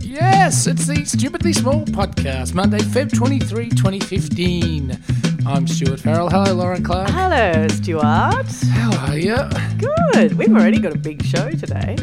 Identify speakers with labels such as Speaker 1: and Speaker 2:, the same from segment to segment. Speaker 1: Yes, it's the Stupidly Small podcast, Monday, Feb 23, 2015. I'm Stuart Farrell. Hello, Lauren Clark.
Speaker 2: Hello, Stuart.
Speaker 1: How are you?
Speaker 2: Good. We've already got a big show today.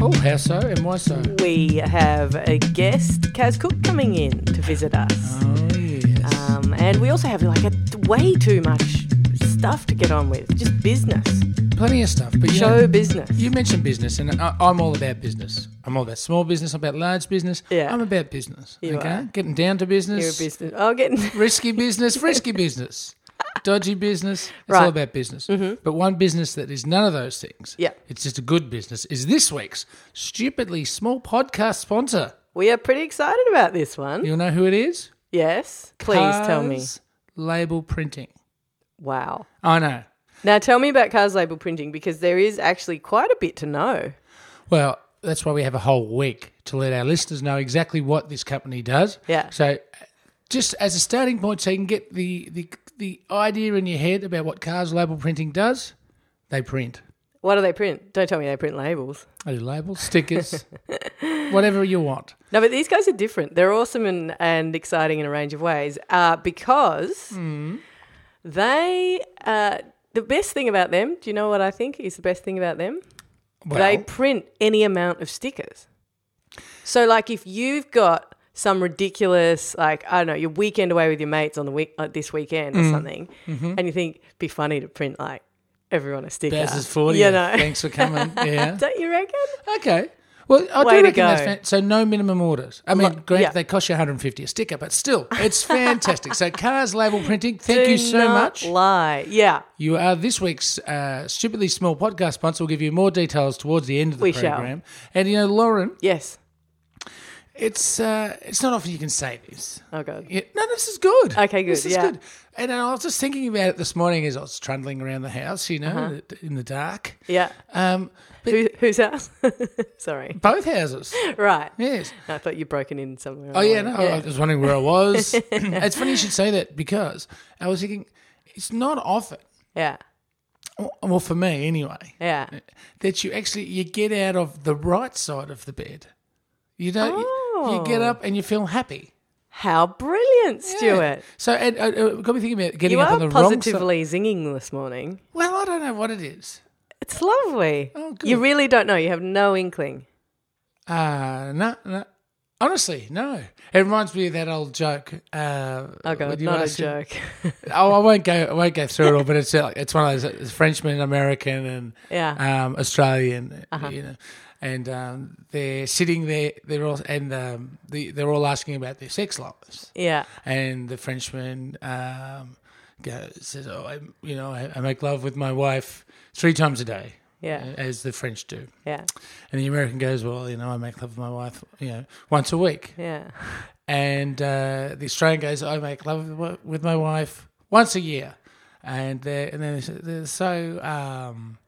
Speaker 1: Oh, how so and why so?
Speaker 2: We have a guest, Kaz Cook, coming in to visit us.
Speaker 1: Oh, yes.
Speaker 2: Um, and we also have like a, way too much stuff to get on with, just business,
Speaker 1: Plenty of stuff. But you
Speaker 2: show
Speaker 1: know,
Speaker 2: business.
Speaker 1: you mentioned business, and I, I'm all about business. I'm all about small business, I'm about large business.
Speaker 2: Yeah.
Speaker 1: I'm about business.
Speaker 2: You
Speaker 1: okay?
Speaker 2: are.
Speaker 1: Getting down to business.
Speaker 2: You're a business. Oh, getting
Speaker 1: risky business, frisky business, dodgy business. It's
Speaker 2: Right. Mm-hmm.
Speaker 1: all about business. But one business that is none of those things.
Speaker 2: Yeah.
Speaker 1: It's just a good business. Is this week's stupidly small podcast sponsor.
Speaker 2: we are pretty excited about this one.
Speaker 1: You'll know who it is?
Speaker 2: Yes. Please tell me.
Speaker 1: Cars Label printing.
Speaker 2: Wow.
Speaker 1: I know.
Speaker 2: Now tell me about Cars Label Printing because there is actually quite a bit to know.
Speaker 1: Well, that's why we have a whole week to let our listeners know exactly what this company does.
Speaker 2: Yeah.
Speaker 1: So, uh, just as a starting point, so you can get the the, the idea in your head about what Cars Label Printing does, they print.
Speaker 2: What do they print? Don't tell me they print labels.
Speaker 1: I do labels, stickers, whatever you want.
Speaker 2: No, but these guys are different. They're awesome and, and exciting in a range of ways uh, because
Speaker 1: Hmm.
Speaker 2: they, uh, the best thing about them, do you know what I think is the best thing about them?
Speaker 1: Well,
Speaker 2: they print any amount of stickers. So, like, if you've got some ridiculous, like, I don't know, your weekend away with your mates on the week uh, this weekend
Speaker 1: Hmm.
Speaker 2: or something,
Speaker 1: Mm-hmm.
Speaker 2: and you think it'd be funny to print like everyone a sticker.
Speaker 1: Baz is 40.
Speaker 2: You know,
Speaker 1: Thanks for coming. Yeah.
Speaker 2: don't you reckon?
Speaker 1: okay. Well, I
Speaker 2: Way
Speaker 1: do
Speaker 2: to
Speaker 1: reckon that's
Speaker 2: go.
Speaker 1: fan- so no minimum orders. I mean, great,
Speaker 2: yeah.
Speaker 1: they cost you 150 a sticker, but still, it's fantastic. so Cars Label Printing, thank
Speaker 2: Do
Speaker 1: you so
Speaker 2: not
Speaker 1: much.
Speaker 2: Lie, yeah.
Speaker 1: You are this week's uh, Stupidly Small podcast sponsor. We'll give you more details towards the end of the
Speaker 2: We shall.
Speaker 1: program. And, you know, Lauren,
Speaker 2: Yes.
Speaker 1: it's uh, it's not often you can say this.
Speaker 2: Oh god.
Speaker 1: Yeah, no, this is good.
Speaker 2: Okay, good,
Speaker 1: This is
Speaker 2: yeah.
Speaker 1: good. And I was just thinking about it this morning as I was trundling around the house, you know,
Speaker 2: Uh-huh.
Speaker 1: in the dark.
Speaker 2: Yeah.
Speaker 1: Um, but
Speaker 2: Who, whose house? Sorry.
Speaker 1: both houses,
Speaker 2: Right.
Speaker 1: yes.
Speaker 2: I thought you'd broken in somewhere.
Speaker 1: Oh yeah, no, I was wondering where I was. it's funny you should say that because I was thinking it's not often,
Speaker 2: Yeah.
Speaker 1: well for me anyway,
Speaker 2: Yeah.
Speaker 1: that you actually you get out of the right side of the bed. You don't. you- You get
Speaker 2: Oh.
Speaker 1: up and you feel happy.
Speaker 2: How brilliant,
Speaker 1: Yeah.
Speaker 2: Stuart.
Speaker 1: So and, uh, it got me thinking about getting
Speaker 2: You
Speaker 1: up on the
Speaker 2: are
Speaker 1: wrong side.
Speaker 2: positively zinging this morning.
Speaker 1: Well, I don't know what it is.
Speaker 2: It's lovely.
Speaker 1: Oh,
Speaker 2: You
Speaker 1: good.
Speaker 2: really don't know. You have no inkling.
Speaker 1: Uh, no, no. Honestly, no. It reminds me of that old joke. Uh,
Speaker 2: Oh
Speaker 1: when
Speaker 2: god,
Speaker 1: you
Speaker 2: not a
Speaker 1: asked him-
Speaker 2: joke.
Speaker 1: Oh, I won't go. I won't go through it all. But it's uh, like it's one of those it's Frenchman, American, and
Speaker 2: yeah.
Speaker 1: um, Australian.
Speaker 2: Uh-huh.
Speaker 1: You know, and um, they're sitting there. They're all and um, the, they're all asking about their sex lives.
Speaker 2: yeah.
Speaker 1: And the Frenchman um, goes, says, "Oh, I, you know, I, I make love with my wife three times a day,
Speaker 2: Yeah.
Speaker 1: as the French do."
Speaker 2: Yeah.
Speaker 1: And the American goes, "Well, you know, I make love with my wife, you know, once a week."
Speaker 2: Yeah.
Speaker 1: and uh, the Australian goes, "I make love with my- with my wife once a year," and they're and then they're, they're so um,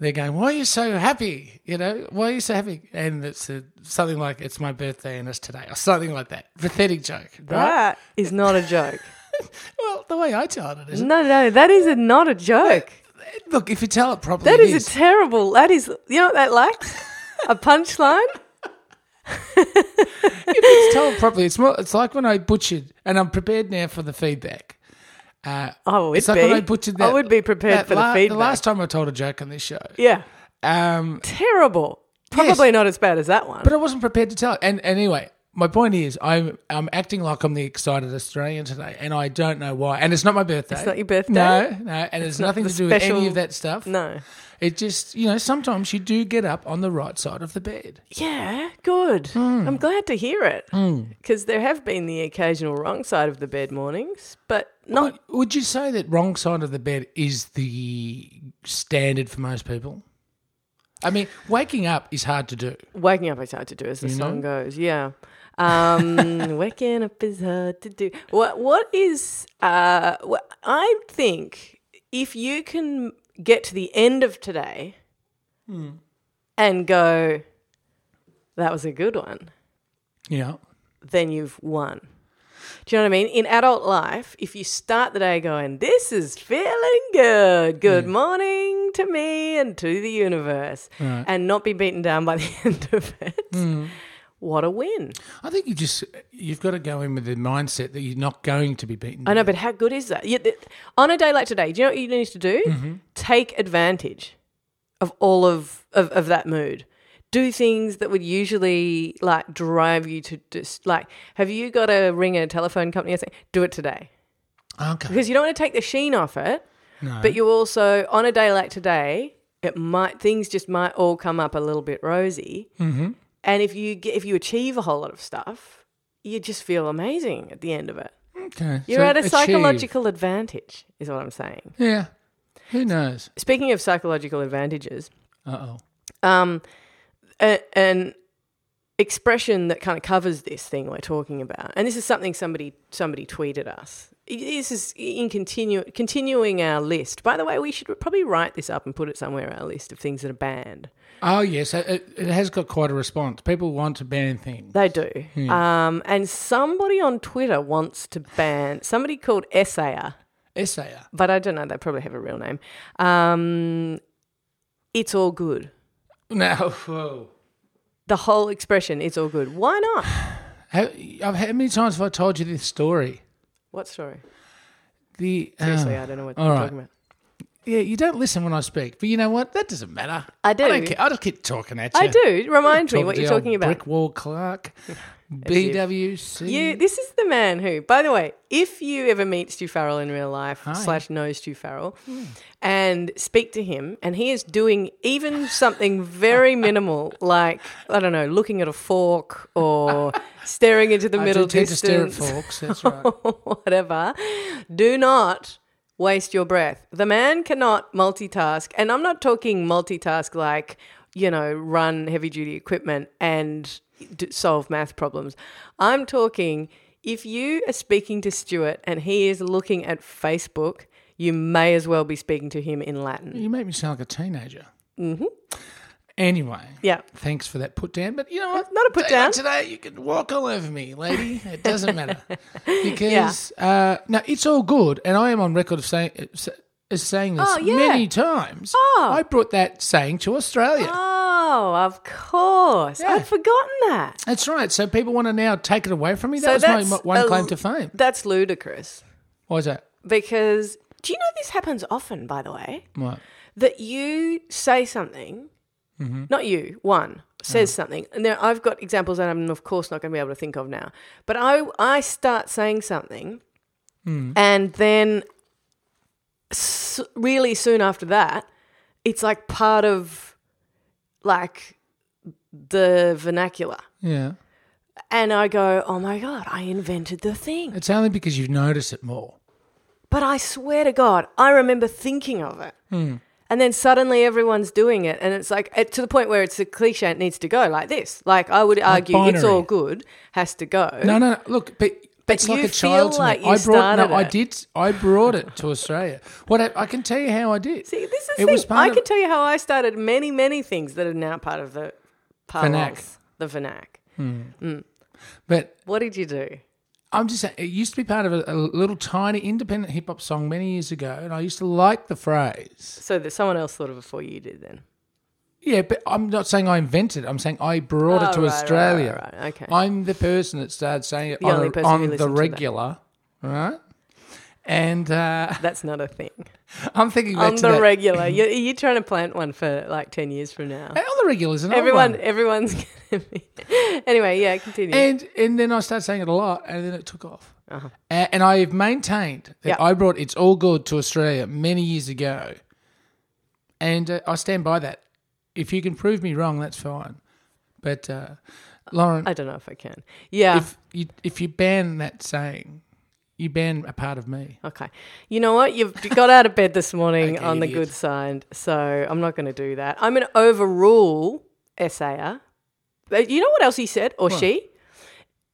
Speaker 1: they're going, "Why are you so happy? You know, why are you so happy?" And it's a, something like, "It's my birthday and it's today," or something like that. Pathetic joke, right?
Speaker 2: That is not a joke.
Speaker 1: Well, the way I tell it is,
Speaker 2: no, no, that is a, not a joke.
Speaker 1: look, if you tell it properly,
Speaker 2: That
Speaker 1: it
Speaker 2: is a terrible. That is, you know what that lacks? a punchline?
Speaker 1: If you tell it properly, it's more. It's like when I butchered, and I'm prepared now for the feedback. Uh,
Speaker 2: Oh, it'd
Speaker 1: it's like
Speaker 2: be.
Speaker 1: when I butchered that.
Speaker 2: I would be prepared
Speaker 1: that
Speaker 2: for
Speaker 1: la-
Speaker 2: the feedback.
Speaker 1: The last time I told a joke on this show,
Speaker 2: yeah.
Speaker 1: um,
Speaker 2: Terrible. Probably not as bad as that one.
Speaker 1: But I wasn't prepared to tell it. And, and anyway, my point is, I'm I'm acting like I'm the excited Australian today, and I don't know why. And it's not my birthday.
Speaker 2: It's not your birthday?
Speaker 1: No, no. And it's, nothing
Speaker 2: the
Speaker 1: to do with
Speaker 2: special-
Speaker 1: any of that stuff.
Speaker 2: no.
Speaker 1: It just, you know, sometimes you do get up on the right side of the bed.
Speaker 2: Yeah, good.
Speaker 1: Hmm.
Speaker 2: I'm glad to hear it because there have been the occasional wrong side of the bed mornings, but not.
Speaker 1: But would you say that wrong side of the bed is the standard for most people? I mean, waking up is hard to do.
Speaker 2: Waking up is hard to do, as the
Speaker 1: know?
Speaker 2: song goes. Yeah. Um, waking up is hard to do. What What is? Uh, wh- I think if you can get to the end of today
Speaker 1: Hmm.
Speaker 2: and go, that was a good one.
Speaker 1: You know,
Speaker 2: then you've won. Do you know what I mean? In adult life, if you start the day going, This is feeling good. Good morning to me and to the universe, and not be beaten down by the end of it, what a win.
Speaker 1: I think you just you've got to go in with the mindset that you're not going to be beaten.
Speaker 2: I know, but how good is that? You, th- on a day like today, do you know what you need to do? Take advantage of all of, of, of that mood. Do things that would usually like drive you to just like, have you got to ring a telephone company and say, do it today?
Speaker 1: Okay.
Speaker 2: Because you don't want to take the sheen off it,
Speaker 1: No.
Speaker 2: but you also, on a day like today, it might things just might all come up a little bit rosy.
Speaker 1: mm-hmm.
Speaker 2: And if you get, if you achieve a whole lot of stuff, you just feel amazing at the end of it.
Speaker 1: Okay.
Speaker 2: You're
Speaker 1: so
Speaker 2: at a
Speaker 1: achieve.
Speaker 2: psychological advantage, is what I'm saying.
Speaker 1: Yeah. Who knows?
Speaker 2: Speaking of psychological advantages,
Speaker 1: Uh oh.
Speaker 2: um, a, an expression that kind of covers this thing we're talking about, and this is something somebody somebody tweeted us. I- This is in continue, continuing our list. By the way, we should probably write this up and put it somewhere on our list of things that are banned.
Speaker 1: Oh yes, it, it- it has got quite a response. People want to ban things.
Speaker 2: They do.
Speaker 1: Hmm.
Speaker 2: Um, and somebody on Twitter wants to ban somebody called Essayer.
Speaker 1: Essayer.
Speaker 2: but I don't know. They probably have a real name. Um, it's all good.
Speaker 1: No. Whoa.
Speaker 2: The whole expression, it's all good. Why not?
Speaker 1: How, I've, how many times have I told you this story?
Speaker 2: What story?
Speaker 1: The uh,
Speaker 2: Seriously, I don't know what
Speaker 1: all
Speaker 2: you're
Speaker 1: right.
Speaker 2: talking about.
Speaker 1: yeah, you don't listen when I speak, but you know what? That doesn't matter.
Speaker 2: I do.
Speaker 1: I don't care. I just keep talking at you.
Speaker 2: I do. Remind me
Speaker 1: Talking
Speaker 2: what
Speaker 1: to
Speaker 2: you're
Speaker 1: the old
Speaker 2: talking about.
Speaker 1: Brick wall Clark, BWC.
Speaker 2: You. This is the man who, by the way, if you ever meet Stu Farrell in real life slash know Stu Farrell,
Speaker 1: Hmm.
Speaker 2: and speak to him, and he is doing even something very minimal, like I don't know, looking at a fork or staring into the
Speaker 1: I
Speaker 2: middle
Speaker 1: do tend to stare at
Speaker 2: distance.
Speaker 1: forks. That's right.
Speaker 2: whatever. Do not waste your breath. The man cannot multitask. And I'm not talking multitask like, you know, run heavy duty equipment and d- solve math problems. I'm talking if you are speaking to Stuart and he is looking at Facebook, you may as well be speaking to him in Latin.
Speaker 1: You make me sound like a teenager. Mm-hmm. Anyway,
Speaker 2: Yeah.
Speaker 1: thanks for that put down. But you know what?
Speaker 2: Not a put
Speaker 1: Day like
Speaker 2: down.
Speaker 1: today, you can walk all over me, lady. It doesn't matter because uh, no, it's all good. And I am on record of saying as saying this
Speaker 2: Oh, yeah.
Speaker 1: many times. Oh. I brought that saying to Australia.
Speaker 2: Oh, of course. I'd forgotten that.
Speaker 1: That's right. So people want to now take it away from me. That
Speaker 2: So
Speaker 1: was my
Speaker 2: that's
Speaker 1: mo- one
Speaker 2: a-
Speaker 1: claim to fame.
Speaker 2: That's ludicrous
Speaker 1: Why is that?
Speaker 2: because do you know this happens often, by the way?
Speaker 1: What?
Speaker 2: that you say something, not you, one says something. And now I've got examples that I'm, of course, not going to be able to think of now. But I, I start saying something, and then s- really soon after that, it's like part of like the vernacular.
Speaker 1: Yeah.
Speaker 2: And I go, oh my God, I invented the thing.
Speaker 1: It's only because you've noticed it more.
Speaker 2: But I swear to God, I remember thinking of it.
Speaker 1: Hmm.
Speaker 2: And then suddenly everyone's doing it. And it's like, it, to the point where it's a cliche, it needs to go like this. Like, I would argue it's
Speaker 1: binary.
Speaker 2: all good has to go.
Speaker 1: No, no, no. Look, but, it's
Speaker 2: you
Speaker 1: like a
Speaker 2: feel
Speaker 1: child to
Speaker 2: like
Speaker 1: me.
Speaker 2: you
Speaker 1: I brought no,
Speaker 2: started
Speaker 1: I
Speaker 2: it.
Speaker 1: did. I brought it to Australia. What I, I can tell you how I did.
Speaker 2: See, this is
Speaker 1: It
Speaker 2: the
Speaker 1: was
Speaker 2: thing.
Speaker 1: part
Speaker 2: I
Speaker 1: of-
Speaker 2: can tell you how I started many, many things that are now part of the parlance, the vernac.
Speaker 1: but
Speaker 2: What did you do?
Speaker 1: I'm just saying, it used to be part of a, a little tiny independent hip hop song many years ago, and I used to like the phrase.
Speaker 2: So that someone else thought of it before you did then.
Speaker 1: Yeah, but I'm not saying I invented. it. I'm saying I brought
Speaker 2: Oh,
Speaker 1: it to
Speaker 2: right, right,
Speaker 1: Australia.
Speaker 2: right, right. Okay.
Speaker 1: I'm the person that started saying it
Speaker 2: The
Speaker 1: on,
Speaker 2: only
Speaker 1: a-
Speaker 2: person who
Speaker 1: on the
Speaker 2: listened to that.
Speaker 1: regular, right? And uh,
Speaker 2: That's not a thing.
Speaker 1: I'm thinking back
Speaker 2: On
Speaker 1: to
Speaker 2: the
Speaker 1: that.
Speaker 2: regular. You're, you're trying to plant one for like 10 years from now.
Speaker 1: Hey, on the regular is an old
Speaker 2: Everyone,
Speaker 1: one.
Speaker 2: everyone's gonna be. Anyway, yeah, continue.
Speaker 1: And and then I started saying it a lot, and then it took off. A- and I've maintained that
Speaker 2: Yep.
Speaker 1: I brought "It's All Good" to Australia many years ago, and uh, I stand by that. If you can prove me wrong, that's fine. But uh, Lauren,
Speaker 2: I don't know if I can. Oh, Yeah.
Speaker 1: if you if you ban that saying, you ban a part of me.
Speaker 2: okay. You know what? You've you got out of bed this morning
Speaker 1: Okay,
Speaker 2: on the
Speaker 1: idiot.
Speaker 2: good side, so I'm not going to do that. I'm going to overrule Sayer. But you know what else he said or she?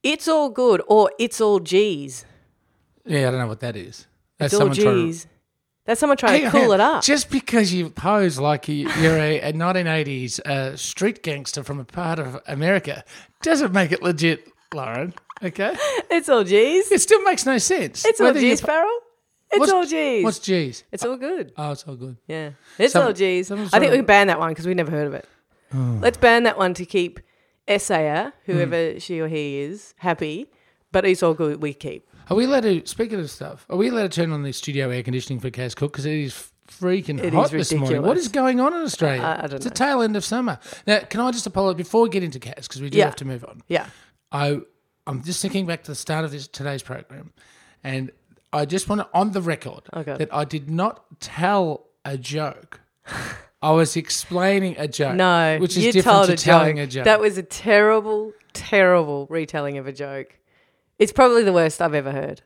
Speaker 2: It's all good or it's all G's.
Speaker 1: Yeah, I don't know what that is. That's
Speaker 2: It's all
Speaker 1: trying to-
Speaker 2: G's. That's someone
Speaker 1: Hang
Speaker 2: trying to
Speaker 1: on,
Speaker 2: cool
Speaker 1: hang on.
Speaker 2: it up.
Speaker 1: Just because you pose like you- you're a, a 1980s uh, street gangster from a part of America doesn't make it legit, Lauren. Okay,
Speaker 2: It's all G's.
Speaker 1: it still makes no sense.
Speaker 2: It's all
Speaker 1: Whether you
Speaker 2: G's,
Speaker 1: po-
Speaker 2: Farrell. It's
Speaker 1: what's-
Speaker 2: all G's.
Speaker 1: What's G's?
Speaker 2: It's all good.
Speaker 1: Oh, it's all good.
Speaker 2: Yeah. It's
Speaker 1: Some- Oh.
Speaker 2: all G's. I
Speaker 1: someone's
Speaker 2: think
Speaker 1: trying
Speaker 2: we
Speaker 1: to-
Speaker 2: can ban that one because we never heard of it. Let's ban that one to keep essayer,
Speaker 1: Hmm.
Speaker 2: whoever she or he is, happy, but it's all good we keep.
Speaker 1: Are we allowed to, speaking of stuff, are we allowed to turn on the studio air conditioning for Cass Cook? Because it is freaking
Speaker 2: It
Speaker 1: hot
Speaker 2: is
Speaker 1: this morning.
Speaker 2: ridiculous.
Speaker 1: What is going on in Australia?
Speaker 2: I- I don't
Speaker 1: it's
Speaker 2: know.
Speaker 1: the tail end of summer. Now, can I just apologize before we get into Cass? Because we do
Speaker 2: Yeah.
Speaker 1: have to move on.
Speaker 2: Yeah.
Speaker 1: I I'm just thinking back to the start of this today's program, and I just want to on the record
Speaker 2: Okay.
Speaker 1: that I did not tell a joke. I was explaining a joke.
Speaker 2: No,
Speaker 1: which is
Speaker 2: you
Speaker 1: different
Speaker 2: told
Speaker 1: to
Speaker 2: a
Speaker 1: telling
Speaker 2: joke.
Speaker 1: a joke.
Speaker 2: That was a terrible, terrible retelling of a joke. It's probably the worst I've ever heard.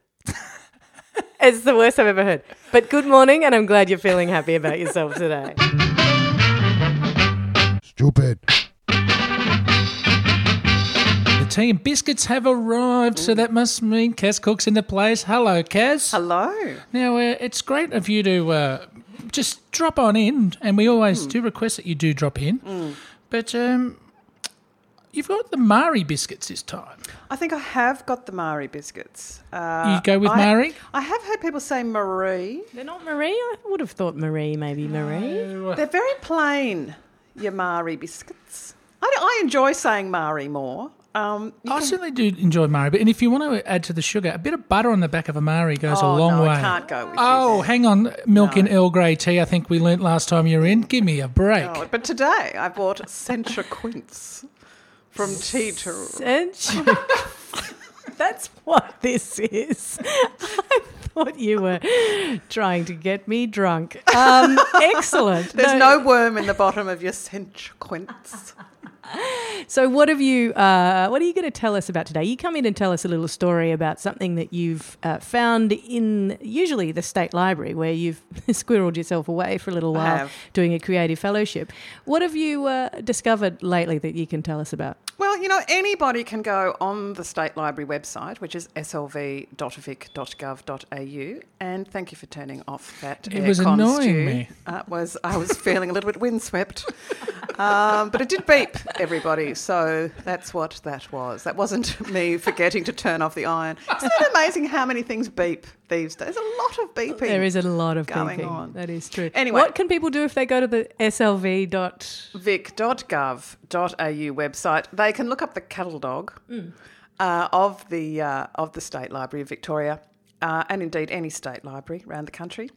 Speaker 2: it's the worst I've ever heard. But good morning, and I'm glad you're feeling happy about yourself today.
Speaker 3: Stupid.
Speaker 1: the tea and biscuits have arrived, so that must mean Kaz Cook's in the place. Hello, Kaz.
Speaker 4: Hello.
Speaker 1: Now, uh, it's great of you to uh, just drop on in, and we always
Speaker 2: Hmm.
Speaker 1: do request that you do drop in. But um, you've got the Mari biscuits this time.
Speaker 4: I think I have got the Marie biscuits. Uh,
Speaker 1: you go with
Speaker 4: I,
Speaker 1: Mari?
Speaker 4: I have heard people say Marie.
Speaker 2: They're not Marie. I would have thought Marie, maybe Marie.
Speaker 4: They're very plain, your Marie biscuits. I, don't- I enjoy saying Marie more. Um, you
Speaker 1: I
Speaker 4: can-
Speaker 1: certainly do enjoy Mari, but and if you want to add to the sugar, a bit of butter on the back of a Mari goes
Speaker 4: oh,
Speaker 1: a long
Speaker 4: no,
Speaker 1: way.
Speaker 4: I can't go with you
Speaker 1: oh,
Speaker 4: there.
Speaker 1: hang on, milk and Earl Grey tea. I think we learnt last time you were in. Give me a break.
Speaker 4: Oh, but today I bought Centra Quince from Tea to
Speaker 2: Century. That's what this is. I thought you were trying to get me drunk. Um, excellent.
Speaker 4: There's no worm in the bottom of your Centra Quince.
Speaker 2: So, what have you? Uh, what are you going to tell us about today? You come in and tell us a little story about something that you've uh, found in usually the state library, where you've squirreled yourself away for a little
Speaker 4: I
Speaker 2: while
Speaker 4: have.
Speaker 2: doing a creative fellowship. What have you uh, discovered lately that you can tell us about?
Speaker 4: Well, you know, anybody can go on the State Library website, which is slv.vic.gov.au. And thank you for turning off that.
Speaker 1: It was
Speaker 4: aircon,
Speaker 1: annoying
Speaker 4: Stu.
Speaker 1: me.
Speaker 4: Uh, it was I was feeling a little bit windswept, um, but it did beep everybody. So that's what that was. That wasn't me forgetting to turn off the iron. Isn't it amazing how many things beep these days? There's a lot of beeping.
Speaker 2: There is a lot of
Speaker 4: Going
Speaker 2: beeping.
Speaker 4: on.
Speaker 2: That is true.
Speaker 4: Anyway.
Speaker 2: what can people do if they go to the SLV dot?
Speaker 4: vic.gov.au website. They can look up the cattle dog uh, of the uh, of the State Library of Victoria, uh, and indeed any state library around the country.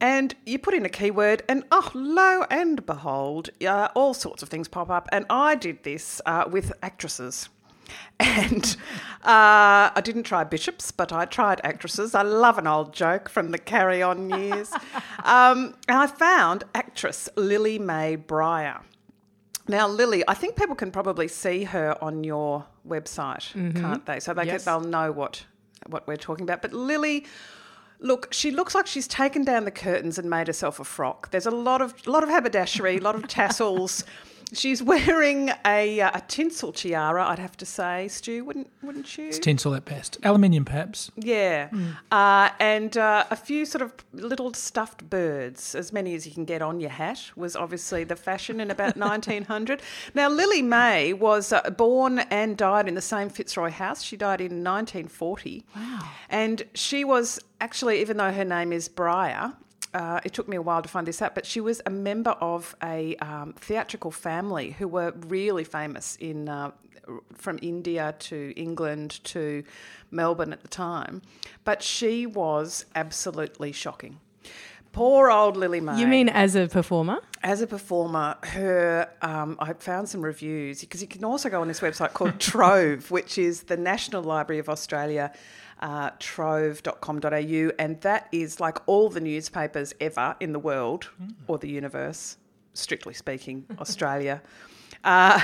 Speaker 4: And you put in a keyword, and oh, lo and behold, uh, all sorts of things pop up. And I did this uh, with actresses. And uh, I didn't try bishops, but I tried actresses. I love an old joke from the carry on years. um, and I found actress Lily Mae Breyer. Now, Lily, I think people can probably see her on your website, can't they? So they
Speaker 2: Yes.
Speaker 4: can, they'll know what, what we're talking about. But Lily, look, she looks like she's taken down the curtains and made herself a frock. There's a lot of lot of haberdashery, a lot of tassels. She's wearing a, uh, a tinsel tiara, I'd have to say, Stu, wouldn't wouldn't you?
Speaker 1: It's tinsel at best, aluminium perhaps.
Speaker 4: Yeah. Uh, and uh, a few sort of little stuffed birds, as many as you can get on your hat, was obviously the fashion in about 1900. Now, Lily May was uh, born and died in the same Fitzroy house. She died in 1940. Wow. And she was actually, even though her name is Briar, uh, it took me a while to find this out, but she was a member of a um, theatrical family who were really famous in uh, r- from India to England to Melbourne at the time. But she was absolutely shocking. Poor old Lily May.
Speaker 2: You mean as a performer?
Speaker 4: as a performer? Her, um, I found some reviews because you can also go on this website called Trove, which is the National Library of Australia. Uh, trove.com.au, and that is like all the newspapers ever in the world or the universe, strictly speaking, Australia. Uh,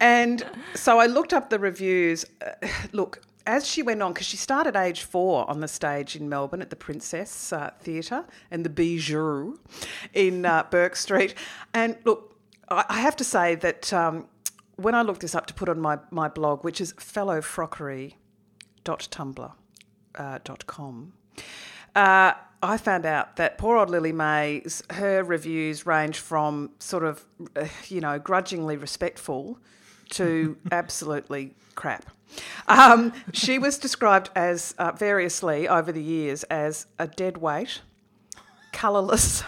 Speaker 4: and so I looked up the reviews. Uh, look, as she went on, because she started age four on the stage in Melbourne at the Princess uh, Theatre and the Bijou in uh, Burke Street. And look, I, I have to say that um, when I looked this up to put on my, my blog, which is fellowfrockery.tumblr.com, uh, I found out that poor old Lily May's her reviews range from sort of, uh, you know, grudgingly respectful to absolutely crap. Um, she was described as uh, variously over the years as a dead weight, colourless,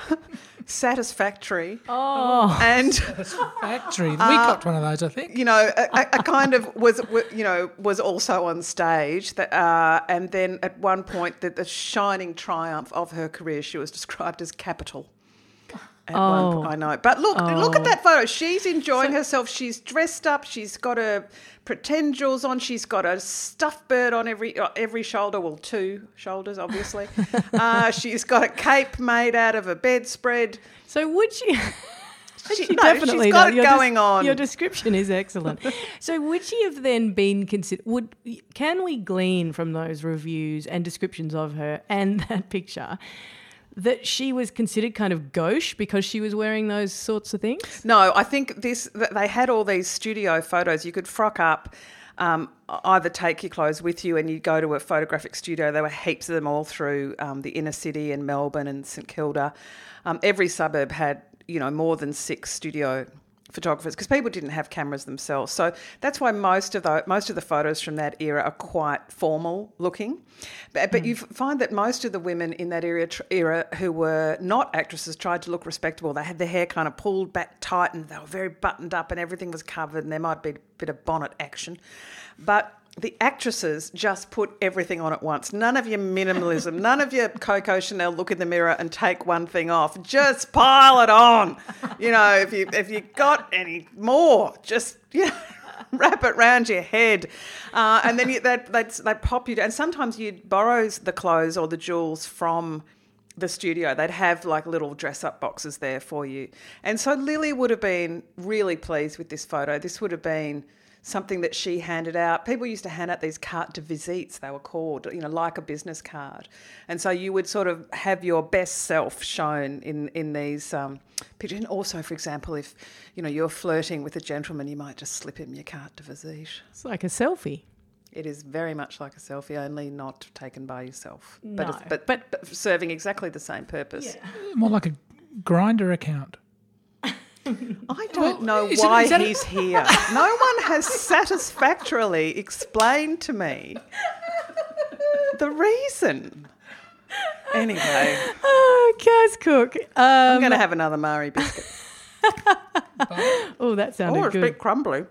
Speaker 4: satisfactory,
Speaker 2: Oh,
Speaker 4: and
Speaker 1: Factory. we
Speaker 2: Uh,
Speaker 1: got one of those, I think.
Speaker 4: you know, a, a- a kind of was w- you know was also on stage. That uh, and then at one point, the, the shining triumph of her career, she was described as capital. At one
Speaker 2: Oh.
Speaker 4: point, I know, but look, look at
Speaker 2: Oh.
Speaker 4: that photo. She's enjoying herself. She's dressed up. She's got her pretendrils on. She's got a stuffed bird on every uh, every shoulder. Well, two shoulders, obviously. uh, she's got a cape made out of a bedspread.
Speaker 2: so would she?
Speaker 4: She,
Speaker 2: She
Speaker 4: no,
Speaker 2: definitely
Speaker 4: she's got
Speaker 2: does.
Speaker 4: it
Speaker 2: Your des-
Speaker 4: going on.
Speaker 2: Your description is excellent. so, would she have then been considered? Would can we glean from those reviews and descriptions of her and that picture that she was considered kind of gauche because she was wearing those sorts of things?
Speaker 4: No, I think this. th- They had all these studio photos. You could frock up, um, either take your clothes with you, and you go to a photographic studio. There were heaps of them all through um, the inner city and Melbourne and St Kilda. Um, every suburb had, you know, more than six studio photographers because people didn't have cameras themselves. So that's why most of the most of the photos from that era are quite formal looking. But, but you f- find that most of the women in that era, era who were not actresses tried to look respectable. They had their hair kind of pulled back tight and they were very buttoned up and everything was covered and there might be a bit of bonnet action. But the actresses just put everything on at once. None of your minimalism, none of your Coco Chanel look in the mirror and take one thing off. Just pile it on. You know, if you if you got any more, just you know, wrap it round your head, uh, and then you, they'd, they'd they'd pop you. down. And sometimes you'd borrow the clothes or the jewels from the studio. They'd have like little dress up boxes there for you. And so Lily would have been really pleased with this photo. This would have been something that she handed out. People used to hand out these carte de visites, they were called, you know, like a business card. And so you would sort of have your best self shown in, in these um, pictures. And also, for example, if, you know, you're flirting with a gentleman, you might just slip him your carte de visite.
Speaker 2: It's like a selfie.
Speaker 4: It is very much like a selfie, only not taken by yourself, but,
Speaker 2: No,
Speaker 4: it's- but, but,
Speaker 2: but-
Speaker 4: serving exactly the same purpose.
Speaker 1: More like a grinder account.
Speaker 4: I don't
Speaker 1: Well,
Speaker 4: know
Speaker 1: is it-
Speaker 4: why
Speaker 1: is that-
Speaker 4: he's here. No one has satisfactorily explained to me the reason. Anyway,
Speaker 2: Oh, Kaz Cook.
Speaker 4: I'm
Speaker 2: Um,
Speaker 4: going to have another Mari biscuit.
Speaker 2: oh, that sounded
Speaker 4: Oh, it's a
Speaker 2: good.
Speaker 4: bit crumbly.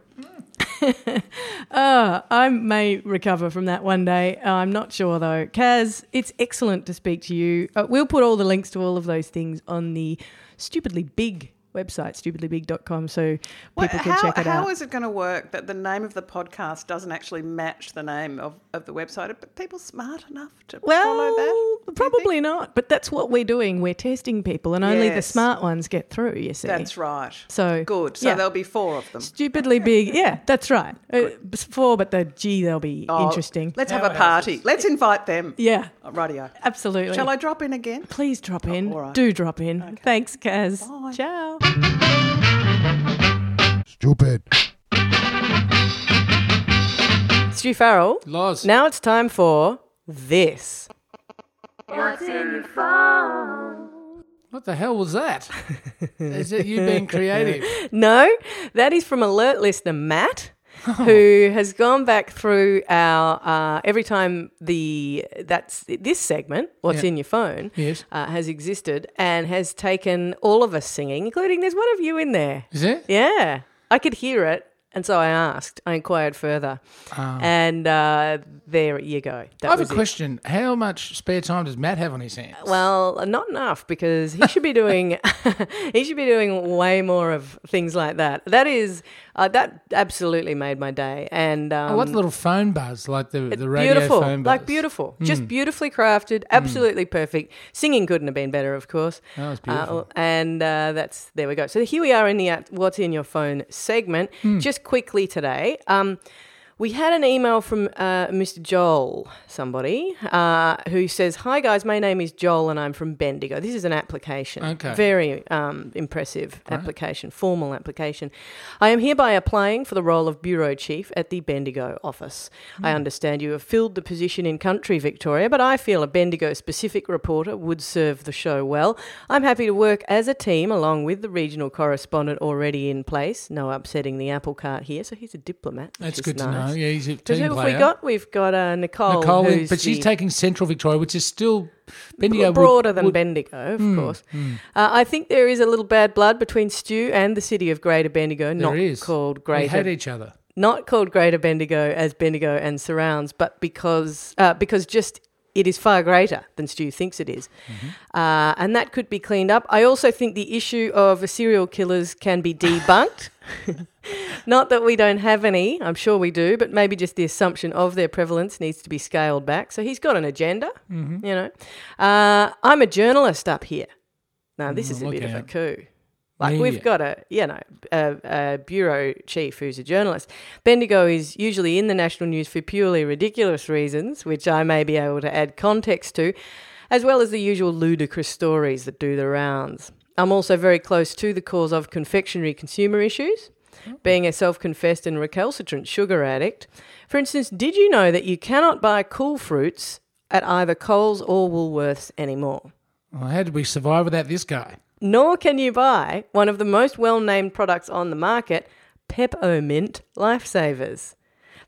Speaker 2: Uh, I may recover from that one day. Uh, I'm not sure though. Kaz, it's excellent to speak to you. Uh, we'll put all the links to all of those things on the stupidly big website, stupidlybig.com, so people
Speaker 4: Well,
Speaker 2: can
Speaker 4: how,
Speaker 2: check it
Speaker 4: how
Speaker 2: out.
Speaker 4: is it going to work that the name of the podcast doesn't actually match the name of, of the website? Are people smart enough to follow that?
Speaker 2: well,
Speaker 4: you
Speaker 2: probably not, but that's what we're doing. We're testing people, and only the
Speaker 4: Yes.
Speaker 2: smart ones get through. You see,
Speaker 4: That's right.
Speaker 2: so
Speaker 4: Good. So
Speaker 2: yeah.
Speaker 4: there'll be four of them.
Speaker 2: stupidly big. Yeah, that's right. Uh, four, but the G, they'll be
Speaker 4: Oh,
Speaker 2: interesting.
Speaker 4: Let's have
Speaker 1: Now
Speaker 4: a
Speaker 1: it
Speaker 4: party. Let's invite them.
Speaker 2: Yeah,
Speaker 4: Rightio.
Speaker 2: absolutely.
Speaker 4: Shall I drop in again?
Speaker 2: Please drop in.
Speaker 4: all right.
Speaker 2: Do drop in. Thanks, Kaz.
Speaker 4: Bye.
Speaker 2: Ciao.
Speaker 3: Stupid.
Speaker 2: Stu Farrell.
Speaker 1: Laws.
Speaker 2: Now it's time for this.
Speaker 1: What the hell was that? Is it you being creative?
Speaker 2: No, that is from alert listener Matt,
Speaker 1: Oh.
Speaker 2: who has gone back through our uh, every time the that's this segment, what's
Speaker 1: Yeah.
Speaker 2: in your phone,
Speaker 1: Yes.
Speaker 2: uh, has existed and has taken all of us singing, including there's one of you in there.
Speaker 1: Is it?
Speaker 2: Yeah, I could hear it. And so I asked, I inquired further.
Speaker 1: Ah.
Speaker 2: And uh, there you go. That
Speaker 1: I have a
Speaker 2: was it.
Speaker 1: question. How much spare time does Matt have on his hands?
Speaker 2: Well, not enough because he should be doing he should be doing way more of things like that. That is uh, that absolutely made my day and um,
Speaker 1: I like the little phone buzz, like the, the radio
Speaker 2: beautiful,
Speaker 1: phone Hmm. buzz.
Speaker 2: like beautiful, just beautifully crafted, absolutely perfect. Singing couldn't have been better, of course.
Speaker 1: That was beautiful.
Speaker 2: Uh, and uh, that's there we go. So here we are in the at what's in your phone segment.
Speaker 1: Hmm.
Speaker 2: Just quickly today. Um, we had an email from uh, Mr. Joel, somebody, uh, who says, Hi guys, my name is Joel and I'm from Bendigo. This is an application.
Speaker 1: Okay.
Speaker 2: Very um, impressive application, formal application. I am hereby applying for the role of Bureau Chief at the Bendigo office. I understand you have filled the position in country Victoria, but I feel a Bendigo specific reporter would serve the show well. I'm happy to work as a team along with the regional correspondent already in place. No upsetting the apple cart here, so he's a diplomat. which
Speaker 1: That's
Speaker 2: is
Speaker 1: good to
Speaker 2: nice.
Speaker 1: No, yeah, he's a
Speaker 2: But
Speaker 1: team
Speaker 2: who have
Speaker 1: player.
Speaker 2: we got? We've got uh, Nicole,
Speaker 1: Nicole,
Speaker 2: who's
Speaker 1: but she's
Speaker 2: the-
Speaker 1: taking Central Victoria, which is still Bendigo. would-
Speaker 2: broader than
Speaker 1: would- Hmm,
Speaker 2: Bendigo, of course. Uh, I think there is a little bad blood between Stu and the city of Greater Bendigo,
Speaker 1: There
Speaker 2: not
Speaker 1: is.
Speaker 2: called
Speaker 1: They hate
Speaker 2: Greater,
Speaker 1: each other.
Speaker 2: not called Greater Bendigo as Bendigo and surrounds, but because uh, because just it is far greater than Stu thinks it is. uh, and that could be cleaned up. I also think the issue of serial killers can be debunked. Not that we don't have any, I'm sure we do, but maybe just the assumption of their prevalence needs to be scaled back. So he's got an agenda, you know. Uh, I'm a journalist up here. Now, this is a
Speaker 1: look
Speaker 2: bit of a
Speaker 1: out.
Speaker 2: coup. Like,
Speaker 1: Yeah.
Speaker 2: we've got a, you know, a, a bureau chief who's a journalist. Bendigo is usually in the national news for purely ridiculous reasons, which I may be able to add context to, as well as the usual ludicrous stories that do the rounds. I'm also very close to the cause of confectionery consumer issues
Speaker 1: Oh.
Speaker 2: being a self confessed and recalcitrant sugar addict. For instance, did you know that you cannot buy cool fruits at either Coles or Woolworths anymore?
Speaker 1: Well, how did we survive without this guy?
Speaker 2: Nor can you buy one of the most well named products on the market, Peppermint Lifesavers.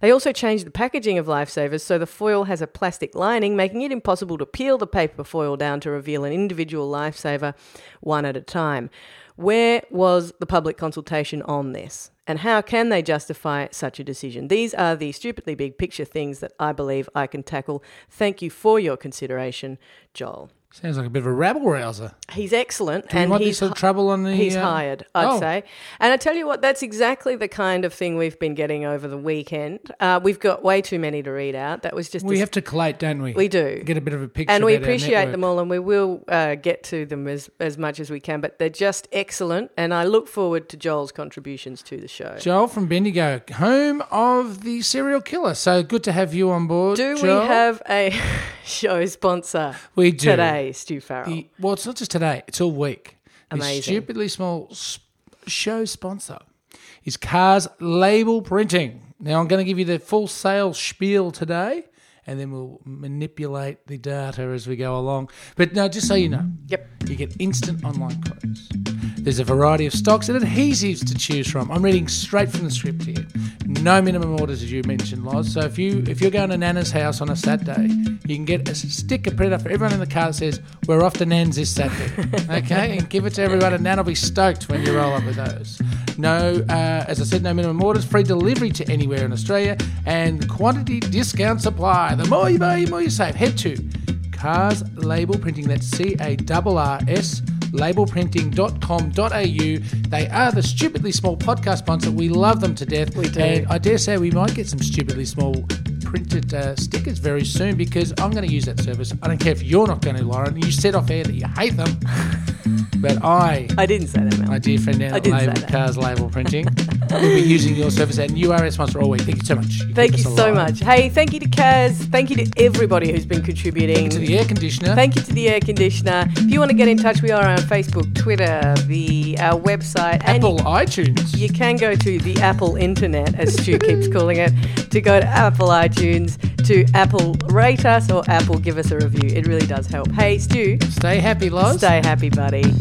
Speaker 2: They also changed the packaging of Lifesavers so the foil has a plastic lining, making it impossible to peel the paper foil down to reveal an individual lifesaver one at a time. Where was the public consultation on this? And how can they justify such a decision? These are the stupidly big picture things that I believe I can tackle. Thank you for your consideration, Joel.
Speaker 1: Sounds like a bit of a rabble rouser.
Speaker 2: He's excellent,
Speaker 1: Do you
Speaker 2: and
Speaker 1: want
Speaker 2: he's
Speaker 1: this sort of trouble on the?
Speaker 2: He's
Speaker 1: uh,
Speaker 2: hired, I'd
Speaker 1: oh,
Speaker 2: say. And I tell you what, that's exactly the kind of thing we've been getting over the weekend. Uh, we've got way too many to read out. That was just.
Speaker 1: We
Speaker 2: a-
Speaker 1: have to collate, don't we?
Speaker 2: We do.
Speaker 1: get a bit of a picture,
Speaker 2: and we
Speaker 1: about our
Speaker 2: appreciate
Speaker 1: network.
Speaker 2: them all, and we will uh, get to them as, as much as we can. But they're just excellent, and I look forward to Joel's contributions to the show.
Speaker 1: Joel from Bendigo, home of the serial killer. So good to have you on board.
Speaker 2: do
Speaker 1: Joel.
Speaker 2: we have a show sponsor
Speaker 1: we do.
Speaker 2: today, Stu Farrell?
Speaker 1: The- well, it's not just today; it's all week.
Speaker 2: Amazing.
Speaker 1: The stupidly small s- show sponsor is Cars Label Printing. Now, I'm going to give you the full sales spiel today, and then we'll manipulate the data as we go along. But no, just so you know,
Speaker 2: Yep.
Speaker 1: you get instant online quotes. There's a variety of stocks and adhesives to choose from. I'm reading straight from the script here. No minimum orders, as you mentioned, Loz. So if you if you're going to Nana's house on a Saturday, you can get a sticker printed up for everyone in the car that says "We're off to Nan's this Saturday." okay, and give it to everyone, and Nan'll be stoked when you roll up with those. No, uh, as I said, no minimum orders, free delivery to anywhere in Australia, and quantity discount supply. The more you buy, the more you save. Head to Cars Label Printing, that's C A R R S, labelprinting.com.au. They are the stupidly small podcast sponsor. We love them to death. We
Speaker 2: do.
Speaker 1: And I dare say we might get some stupidly small printed uh, stickers very soon because I'm going to use that service. I don't care if you're not going to, Lauren. You said off air that you hate them. but I
Speaker 2: I didn't say that, Mel.
Speaker 1: my dear friend down
Speaker 2: I
Speaker 1: at
Speaker 2: didn't say
Speaker 1: Label,
Speaker 2: that.
Speaker 1: Cars Label Printing. we'll be using your service and you are a sponsor all week. Thank you so much.
Speaker 2: Thank you
Speaker 1: keep us
Speaker 2: so
Speaker 1: alive.
Speaker 2: much. Hey, thank you to Kaz. Thank you to everybody who's been contributing.
Speaker 1: To the air conditioner.
Speaker 2: Thank you to the air conditioner. If you want to get in touch, we are on Facebook, Twitter, the our website,
Speaker 1: Apple
Speaker 2: and
Speaker 1: iTunes.
Speaker 2: you can go to the Apple Internet, as Stu keeps calling it, to go to Apple iTunes, to Apple rate us or Apple give us a review. It really does help. Hey, Stu,
Speaker 1: Stay happy, Loz.
Speaker 2: stay happy, buddy.